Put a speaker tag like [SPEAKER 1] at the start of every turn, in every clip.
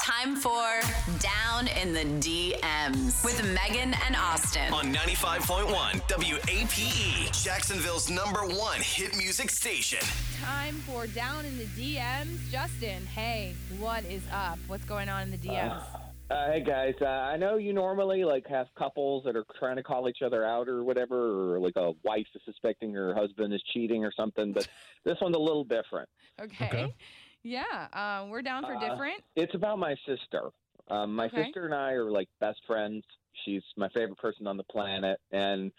[SPEAKER 1] time for Down in the DMs with Megan and Austin.
[SPEAKER 2] on 95.1 WAPE, E, Jacksonville's number one hit music station.
[SPEAKER 3] Time for down in the DMs. Justin, hey, what is up? What's going on in the DMs?
[SPEAKER 4] Uh, hey guys, uh, I know you normally like have couples that are trying to call each other out or whatever, or like a wife is suspecting her husband is cheating or something, but this one's a little different.
[SPEAKER 3] okay.
[SPEAKER 5] okay.
[SPEAKER 3] Yeah, uh, we're down for
[SPEAKER 4] Uh,
[SPEAKER 3] different.
[SPEAKER 4] It's about my sister. Um, my
[SPEAKER 3] Okay.
[SPEAKER 4] sister and I are like best friends. She's my favorite person on the planet, and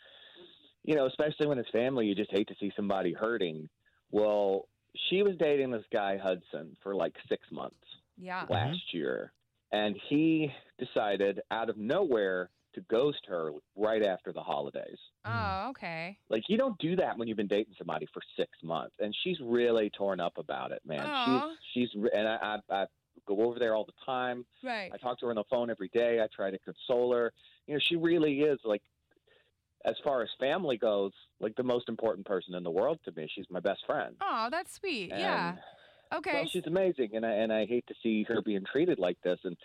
[SPEAKER 4] you know, especially when it's family, you just hate to see somebody hurting. Well, she was dating this guy Hudson for like six months.
[SPEAKER 3] Yeah.
[SPEAKER 4] last year, and he decided out of nowhere to ghost her right after the holidays.
[SPEAKER 3] Oh, okay.
[SPEAKER 4] Like you don't do that when you've been dating somebody for six months, and she's really torn up about it, man.
[SPEAKER 3] Aw.
[SPEAKER 4] She's she's re- and I, I I go over there all the time.
[SPEAKER 3] Right.
[SPEAKER 4] I talk to her on the phone every day. I try to console her. You know, she really is like, as far as family goes, like the most important person in the world to me. She's my best friend.
[SPEAKER 3] Oh, that's sweet. yeah.
[SPEAKER 4] And-
[SPEAKER 3] Okay.
[SPEAKER 4] well, she's amazing, and I and I hate to see her being treated like this. And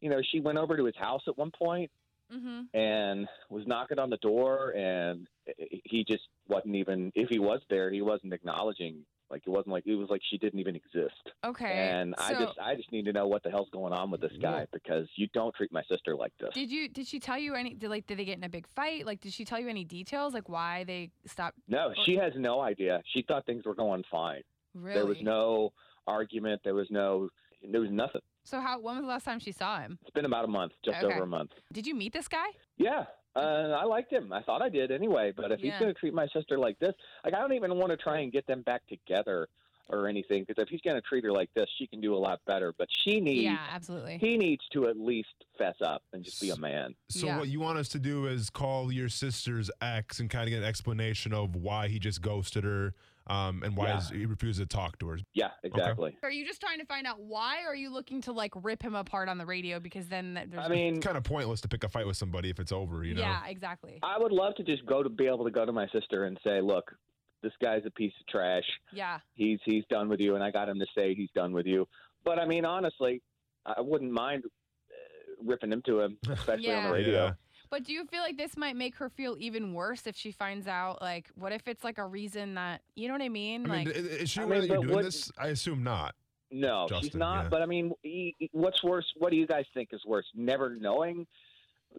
[SPEAKER 4] you know, she went over to his house at one point
[SPEAKER 3] mm-hmm.
[SPEAKER 4] and was knocking on the door, and he just wasn't even. If he was there, he wasn't acknowledging. Like it wasn't like it was like she didn't even exist.
[SPEAKER 3] Okay.
[SPEAKER 4] And
[SPEAKER 3] so,
[SPEAKER 4] I just I just need to know what the hell's going on with this guy because you don't treat my sister like this.
[SPEAKER 3] did you did she tell you any did like did they get in a big fight? Like did she tell you any details like why they stopped
[SPEAKER 4] No, she has no idea. She thought things were going fine.
[SPEAKER 3] really?
[SPEAKER 4] There was no argument. There was no. There was nothing.
[SPEAKER 3] So how when was the last time she saw him?
[SPEAKER 4] It's been about a month, just
[SPEAKER 3] Okay.
[SPEAKER 4] over a month.
[SPEAKER 3] Did you meet this guy?
[SPEAKER 4] Yeah. Uh, I liked him. I thought I did anyway. But if
[SPEAKER 3] Yeah.
[SPEAKER 4] he's going to treat my sister like this, like I don't even want to try and get them back together or anything. Because if he's going to treat her like this, she can do a lot better. But she needs,
[SPEAKER 3] yeah, absolutely.
[SPEAKER 4] he needs to at least fess up and just be a man.
[SPEAKER 5] So
[SPEAKER 3] Yeah.
[SPEAKER 5] what you want us to do is call your sister's ex and kind of get an explanation of why he just ghosted her um, and why
[SPEAKER 4] Yeah.
[SPEAKER 5] is- he refused to talk to her.
[SPEAKER 4] Yeah, exactly.
[SPEAKER 3] Are you just trying to find out why? Or are you looking to like rip him apart on the radio because then th- there's
[SPEAKER 4] I mean,
[SPEAKER 5] It's kind of pointless to pick a fight with somebody if it's over, you know.
[SPEAKER 3] yeah, exactly.
[SPEAKER 4] I would love to just go to be able to go to my sister and say, look, this guy's a piece of trash.
[SPEAKER 3] yeah,
[SPEAKER 4] He's he's done with you, and I got him to say he's done with you. But I mean, honestly, I wouldn't mind uh, ripping him to him, especially on
[SPEAKER 3] Yeah.
[SPEAKER 4] the radio.
[SPEAKER 5] Yeah.
[SPEAKER 3] but do you feel like this might make her feel even worse if she finds out? Like, what if it's like a reason that you know what I mean?
[SPEAKER 5] I mean,
[SPEAKER 3] like,
[SPEAKER 5] i- i- is she
[SPEAKER 4] I
[SPEAKER 5] aware
[SPEAKER 4] mean,
[SPEAKER 5] that you're
[SPEAKER 4] but
[SPEAKER 5] doing
[SPEAKER 4] what-
[SPEAKER 5] this? I assume not.
[SPEAKER 4] No, she's
[SPEAKER 5] Justin,
[SPEAKER 4] not.
[SPEAKER 5] yeah.
[SPEAKER 4] But I mean, e- e- what's worse? What do you guys think is worse? Never knowing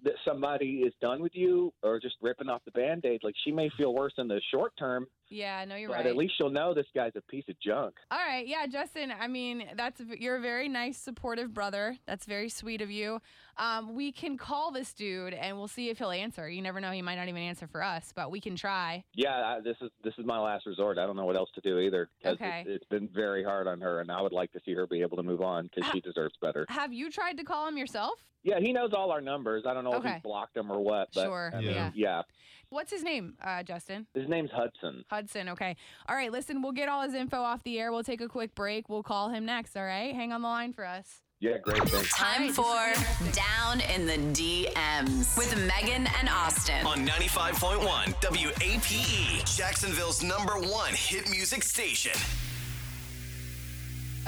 [SPEAKER 4] that somebody is done with you, or just ripping off the band aid? Like she may feel worse in the short term,
[SPEAKER 3] yeah, no, you're
[SPEAKER 4] but
[SPEAKER 3] right.
[SPEAKER 4] at least she'll know this guy's a piece of junk.
[SPEAKER 3] All right, yeah, Justin. I mean, that's you're a very nice, supportive brother. That's very sweet of you. Um, we can call this dude and we'll see if he'll answer. You never know; he might not even answer for us, but we can try.
[SPEAKER 4] Yeah, I, this is this is my last resort. I don't know what else to do either. 'cause
[SPEAKER 3] Okay.
[SPEAKER 4] it, it's been very hard on her, and I would like to see her be able to move on because she deserves better.
[SPEAKER 3] Have you tried to call him yourself?
[SPEAKER 4] Yeah, he knows all our numbers. I don't know if
[SPEAKER 3] Okay.
[SPEAKER 4] he's blocked them or what, but
[SPEAKER 3] Sure,
[SPEAKER 4] I mean,
[SPEAKER 5] yeah.
[SPEAKER 4] yeah,
[SPEAKER 3] What's his name, uh, Justin?
[SPEAKER 4] his name's Hudson.
[SPEAKER 3] Hudson. Okay. All right. Listen, we'll get all his info off the air. We'll take a quick break. We'll call him next. All right. Hang on the line for us.
[SPEAKER 4] Yeah, great thing.
[SPEAKER 1] Time for Down in the DMs with Megan and Austin.
[SPEAKER 2] On 95.1 WAPE, E, Jacksonville's number one hit music station.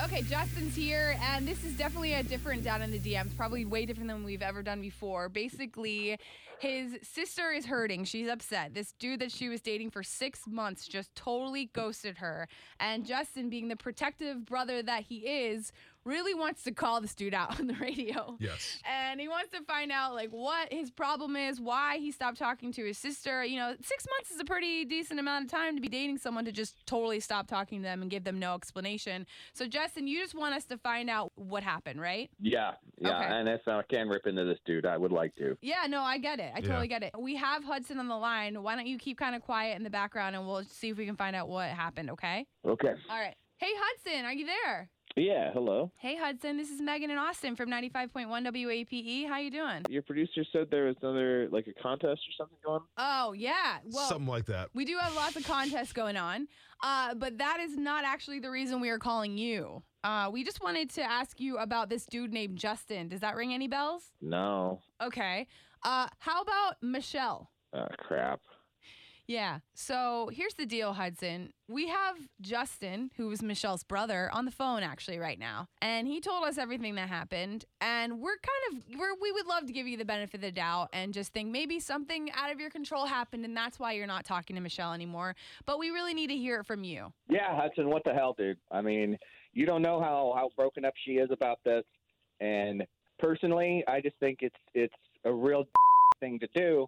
[SPEAKER 3] Okay. Justin's here, and this is definitely a different down in the DMs, probably way different than we've ever done before. Basically, his sister is hurting. She's upset. This dude that she was dating for six months just totally ghosted her. And Justin, being the protective brother that he is, really wants to call this dude out on the radio.
[SPEAKER 5] Yes.
[SPEAKER 3] and he wants to find out like what his problem is, why he stopped talking to his sister. You know, six months is a pretty decent amount of time to be dating someone to just totally stop talking to them and give them no explanation. So, Justin, you just want us to find out what happened, right?
[SPEAKER 4] Yeah, yeah,
[SPEAKER 3] Okay.
[SPEAKER 4] and if I can rip into this dude, I would like to.
[SPEAKER 3] Yeah, no, I get it. I totally get it. We have Hudson on the line. Why don't you keep kind of quiet in the background and we'll see if we can find out what happened, okay?
[SPEAKER 4] Okay.
[SPEAKER 3] All right. Hey, Hudson, are you there?
[SPEAKER 4] Yeah, hello.
[SPEAKER 3] Hey, Hudson, this is Megan and Austin from 95.1 WAPE. E. How you doing?
[SPEAKER 4] Your producer said there was another like a contest or something going.
[SPEAKER 3] Oh, yeah. Well,
[SPEAKER 5] Something like that.
[SPEAKER 3] We do have lots of contests going on, uh, but that is not actually the reason we are calling you. Uh, we just wanted to ask you about this dude named Justin. Does that ring any bells?
[SPEAKER 4] No.
[SPEAKER 3] Okay. Uh, how about Michelle?
[SPEAKER 4] Oh, Ah, crap.
[SPEAKER 3] Yeah. So here's the deal, Hudson. We have Justin, who was Michelle's brother, on the phone actually right now, and he told us everything that happened. And we're kind of we're, we would love to give you the benefit of the doubt and just think maybe something out of your control happened, and that's why you're not talking to Michelle anymore. But we really need to hear it from you.
[SPEAKER 4] Yeah, Hudson, what the hell, dude? I mean, you don't know how how broken up she is about this. And personally, I just think it's it's a real thing to do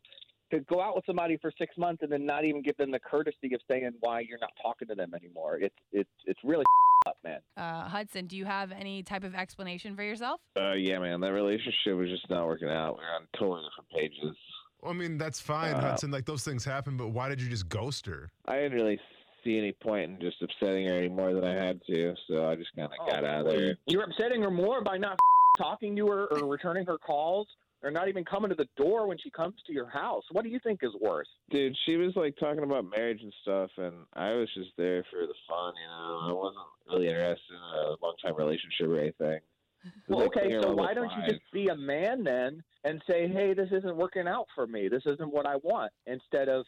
[SPEAKER 4] to go out with somebody for six months and then not even give them the courtesy of saying why you're not talking to them anymore. It's it's it's really up, man.
[SPEAKER 3] Uh, Hudson, do you have any type of explanation for yourself?
[SPEAKER 6] Uh, yeah, man, that relationship was just not working out. We were on totally different pages.
[SPEAKER 5] Well, I mean, that's fine,
[SPEAKER 4] Uh-huh.
[SPEAKER 6] Uh,
[SPEAKER 5] Hudson. Like those things happen, but why did you just ghost her?
[SPEAKER 6] I didn't really see any point in just upsetting her any more than I had to, so I just kind
[SPEAKER 4] Oh,
[SPEAKER 6] of got out of there.
[SPEAKER 4] You're upsetting her more by not talking to her or returning her calls or not even coming to the door when she comes to your house. What do you think is worse?
[SPEAKER 6] Dude, she was like talking about marriage and stuff, and I was just there for the fun, you know. I wasn't really interested in a long time relationship or anything. It was,
[SPEAKER 4] Well,
[SPEAKER 6] like,
[SPEAKER 4] okay,
[SPEAKER 6] finger
[SPEAKER 4] so
[SPEAKER 6] level
[SPEAKER 4] why don't
[SPEAKER 6] five.
[SPEAKER 4] you just be a man then and say, hey, this isn't working out for me. This isn't what I want. Instead of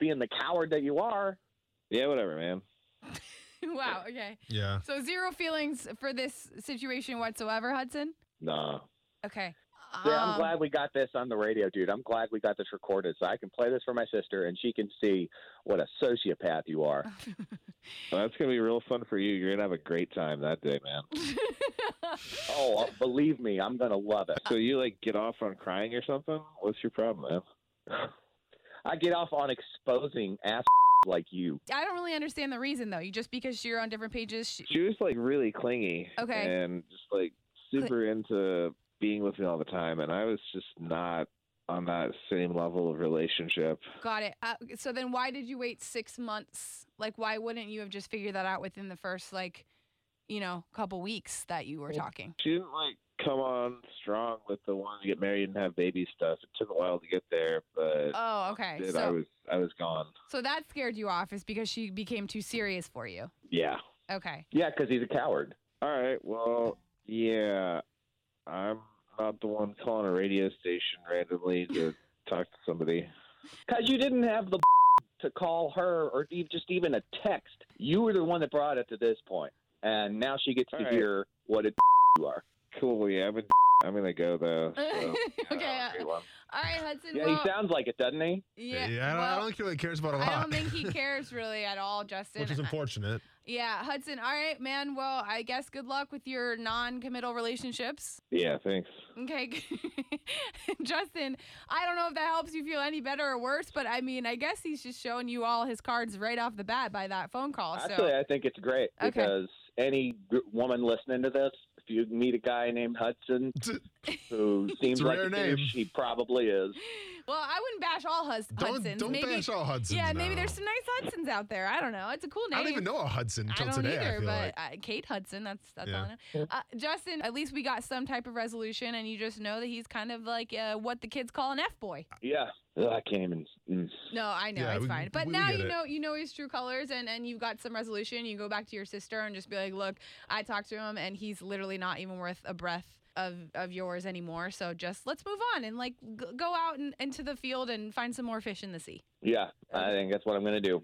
[SPEAKER 4] being the coward that you are.
[SPEAKER 6] Yeah, whatever, man.
[SPEAKER 3] wow. Okay.
[SPEAKER 5] Yeah.
[SPEAKER 3] So zero feelings for this situation whatsoever, Hudson.
[SPEAKER 6] Nah.
[SPEAKER 3] Okay.
[SPEAKER 4] Yeah, I'm
[SPEAKER 3] Um,
[SPEAKER 4] glad we got this on the radio, dude. I'm glad we got this recorded so I can play this for my sister and she can see what a sociopath you are.
[SPEAKER 6] Well, that's gonna be real fun for you. You're gonna have a great time that day, man.
[SPEAKER 4] oh, uh, believe me, I'm going to love it.
[SPEAKER 6] So you like get off on crying or something? What's your problem, man?
[SPEAKER 4] I get off on exposing ass like you.
[SPEAKER 3] I don't really understand the reason though. You just because you're on different pages. She,
[SPEAKER 6] She was like really clingy.
[SPEAKER 3] Okay.
[SPEAKER 6] And just like super into being with me all the time, and I was just not on that same level of relationship.
[SPEAKER 3] got it. Uh, so then, why did you wait six months? Like, why wouldn't you have just figured that out within the first like, you know, couple weeks that you were
[SPEAKER 6] Well,
[SPEAKER 3] talking?
[SPEAKER 6] She didn't like come on strong with the wanting to get married and have baby stuff. It took a while to get there, but
[SPEAKER 3] Oh, okay.
[SPEAKER 6] did, I
[SPEAKER 3] So,
[SPEAKER 6] was I was gone.
[SPEAKER 3] so that scared you off is because she became too serious for you.
[SPEAKER 6] Yeah.
[SPEAKER 3] Okay.
[SPEAKER 4] Yeah, because he's a coward.
[SPEAKER 6] All right. Well, yeah. I'm not the one calling a radio station randomly to talk to somebody.
[SPEAKER 4] Because you didn't have the to call her or e- just even a text. You were the one that brought it to this point, and now she gets
[SPEAKER 6] All
[SPEAKER 4] to
[SPEAKER 6] right.
[SPEAKER 4] hear what a you are.
[SPEAKER 6] Cool. Yeah, I'm, a d- I'm gonna go though. So, yeah, have a
[SPEAKER 3] Okay, uh,
[SPEAKER 6] great one.
[SPEAKER 3] All right, Hudson.
[SPEAKER 4] Yeah,
[SPEAKER 3] well,
[SPEAKER 4] he sounds like it, doesn't he?
[SPEAKER 3] yeah.
[SPEAKER 5] I, don't, I
[SPEAKER 3] well,
[SPEAKER 5] don't think he really cares about a lot.
[SPEAKER 3] I don't think he cares really at all, Justin.
[SPEAKER 5] Which is
[SPEAKER 3] I-
[SPEAKER 5] unfortunate.
[SPEAKER 3] Yeah, Hudson. All right, man. Well, I guess good luck with your non-committal relationships.
[SPEAKER 6] Yeah. Thanks.
[SPEAKER 3] Okay, Justin. I don't know if that helps you feel any better or worse, but I mean, I guess he's just showing you all his cards right off the bat by that phone call.
[SPEAKER 4] Actually,
[SPEAKER 3] so
[SPEAKER 4] I think it's great
[SPEAKER 3] Okay.
[SPEAKER 4] because any g- woman listening to this, if you meet a guy named Hudson who seems
[SPEAKER 5] a
[SPEAKER 4] like
[SPEAKER 5] rare
[SPEAKER 4] a
[SPEAKER 5] name.
[SPEAKER 4] douche, he probably is.
[SPEAKER 3] well, I wouldn't bash all Hus-
[SPEAKER 5] Don't,
[SPEAKER 3] Hudsons.
[SPEAKER 5] don't
[SPEAKER 3] maybe,
[SPEAKER 5] bash all Hudsons.
[SPEAKER 3] yeah,
[SPEAKER 5] now.
[SPEAKER 3] maybe there's some nice Hudsons out there. I don't know. It's a cool name.
[SPEAKER 5] I don't even know a Hudson
[SPEAKER 3] I
[SPEAKER 5] until
[SPEAKER 3] don't
[SPEAKER 5] today.
[SPEAKER 3] either,
[SPEAKER 5] I feel
[SPEAKER 3] but
[SPEAKER 5] like.
[SPEAKER 3] uh, Kate Hudson, that's that's
[SPEAKER 5] Yeah.
[SPEAKER 3] all I know. Uh, Justin, at least we got some type of resolution, and you just know that he's kind of like uh, what the kids call an F boy.
[SPEAKER 4] Yeah, Ugh, I can't even. mm.
[SPEAKER 3] No, I know
[SPEAKER 5] Yeah,
[SPEAKER 3] it's
[SPEAKER 5] we-
[SPEAKER 3] fine. But
[SPEAKER 5] we
[SPEAKER 3] now
[SPEAKER 5] get
[SPEAKER 3] you
[SPEAKER 5] it.
[SPEAKER 3] know you know his true colors, and and you got some resolution. You go back to your sister and just be like, look, I talked to him, and he's literally not even worth a breath of of yours anymore. So just let's move on and like g- go out and into the field and find some more fish in the sea.
[SPEAKER 4] Yeah, I think that's what I'm going to do.